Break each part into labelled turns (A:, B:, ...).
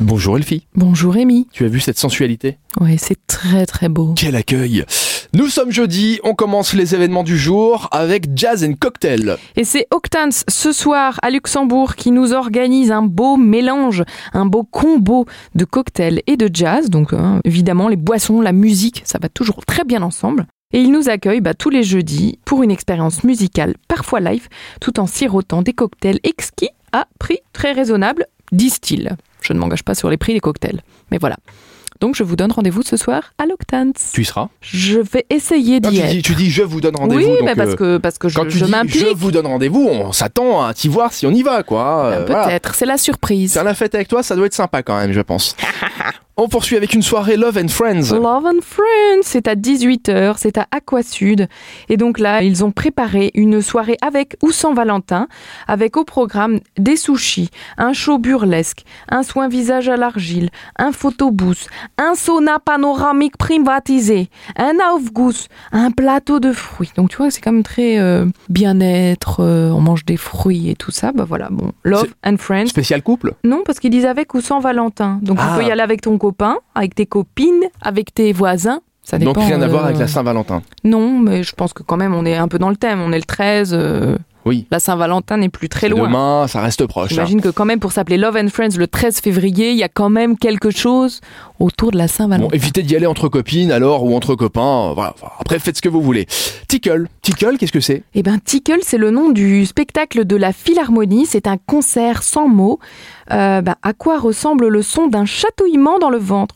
A: Bonjour Elfie,
B: Bonjour Amy.
A: tu as vu cette sensualité
B: Ouais, c'est très très beau.
A: Quel accueil Nous sommes jeudi, on commence les événements du jour avec Jazz and Cocktail.
B: Et c'est Octans ce soir à Luxembourg qui nous organise un beau mélange, un beau combo de cocktails et de jazz. Donc hein, évidemment les boissons, la musique, ça va toujours très bien ensemble. Et ils nous accueillent bah, tous les jeudis pour une expérience musicale, parfois live, tout en sirotant des cocktails exquis à prix très raisonnable, disent-ils. Je ne m'engage pas sur les prix des cocktails, mais voilà. Donc je vous donne rendez-vous ce soir à l'Octans.
A: Tu y seras
B: Je vais essayer
A: Ah,
B: d'y
A: tu,
B: être.
A: dis, tu dis je vous donne rendez-vous.
B: Oui,
A: donc,
B: mais parce
A: euh,
B: que parce que je,
A: quand tu
B: je
A: dis je
B: m'implique.
A: vous donne rendez-vous, on s'attend à t'y voir si on y va, quoi.
B: Ben,
A: Euh, voilà.
B: Peut-être, c'est la surprise.
A: Faire la fête avec toi, ça doit être sympa quand même, je pense. on poursuit avec une soirée Love and Friends.
B: Love and Friends, c'est à 18h, c'est à Aquasud. Et donc là, ils ont préparé une soirée avec ou sans Valentin, avec au programme des sushis, un show burlesque, un soin visage à l'argile, un photobooth, un sauna panoramique privatisé, un aufguss, un plateau de fruits. Donc tu vois, c'est quand même très euh, bien-être, euh, on mange des fruits et tout ça. Bah voilà, bon, Love and Friends.
A: Spécial couple
B: Non, parce qu'ils disent avec ou sans Valentin. Donc
A: Ah.
B: tu peux y aller avec ton copain, avec tes copines, avec tes voisins. Ça dépend,
A: Donc rien à
B: euh,
A: voir avec la Saint-Valentin.
B: Non, mais je pense que quand même on est un peu dans le thème. On est le 13. euh,
A: Oui.
B: La Saint-Valentin n'est plus très
A: C'est
B: loin.
A: Demain, ça reste proche. hein.
B: J'imagine que quand même pour s'appeler Love and Friends le 13 février, il y a quand même quelque chose autour de la Saint-Valentin.
A: Bon, évitez d'y aller entre copines alors ou entre copains. euh, Voilà. Enfin, après, faites ce que vous voulez. Tickle. Tickle, qu'est-ce que c'est
B: Eh ben, Tickle, c'est le nom du spectacle de la Philharmonie. C'est un concert sans mots. Euh, ben, à quoi ressemble le son d'un chatouillement dans le ventre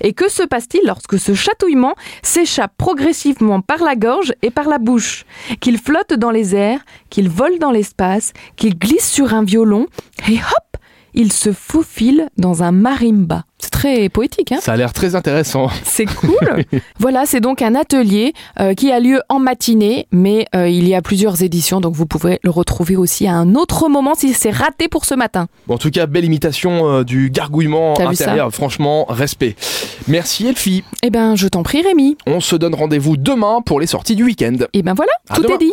B: Et que se passe-t-il lorsque ce chatouillement s'échappe progressivement par la gorge et par la bouche Qu'il flotte dans les airs, qu'il vole dans l'espace, qu'il glisse sur un violon, et hop Il se faufile dans un marimba. C'est très poétique, hein
A: Ça a l'air très intéressant.
B: c'est cool. voilà, c'est donc un atelier euh, qui a lieu en matinée, mais euh, il y a plusieurs éditions, donc vous pouvez le retrouver aussi à un autre moment si c'est raté pour ce matin.
A: Bon, en tout cas, belle imitation euh, du gargouillement
B: T'as vu ça
A: intérieur. Franchement, respect. Merci Elfie.
B: Eh ben, je t'en prie, Rémi.
A: On se donne rendez-vous demain pour les sorties du week-end.
B: Eh ben voilà,
A: À
B: tout
A: demain.
B: est dit.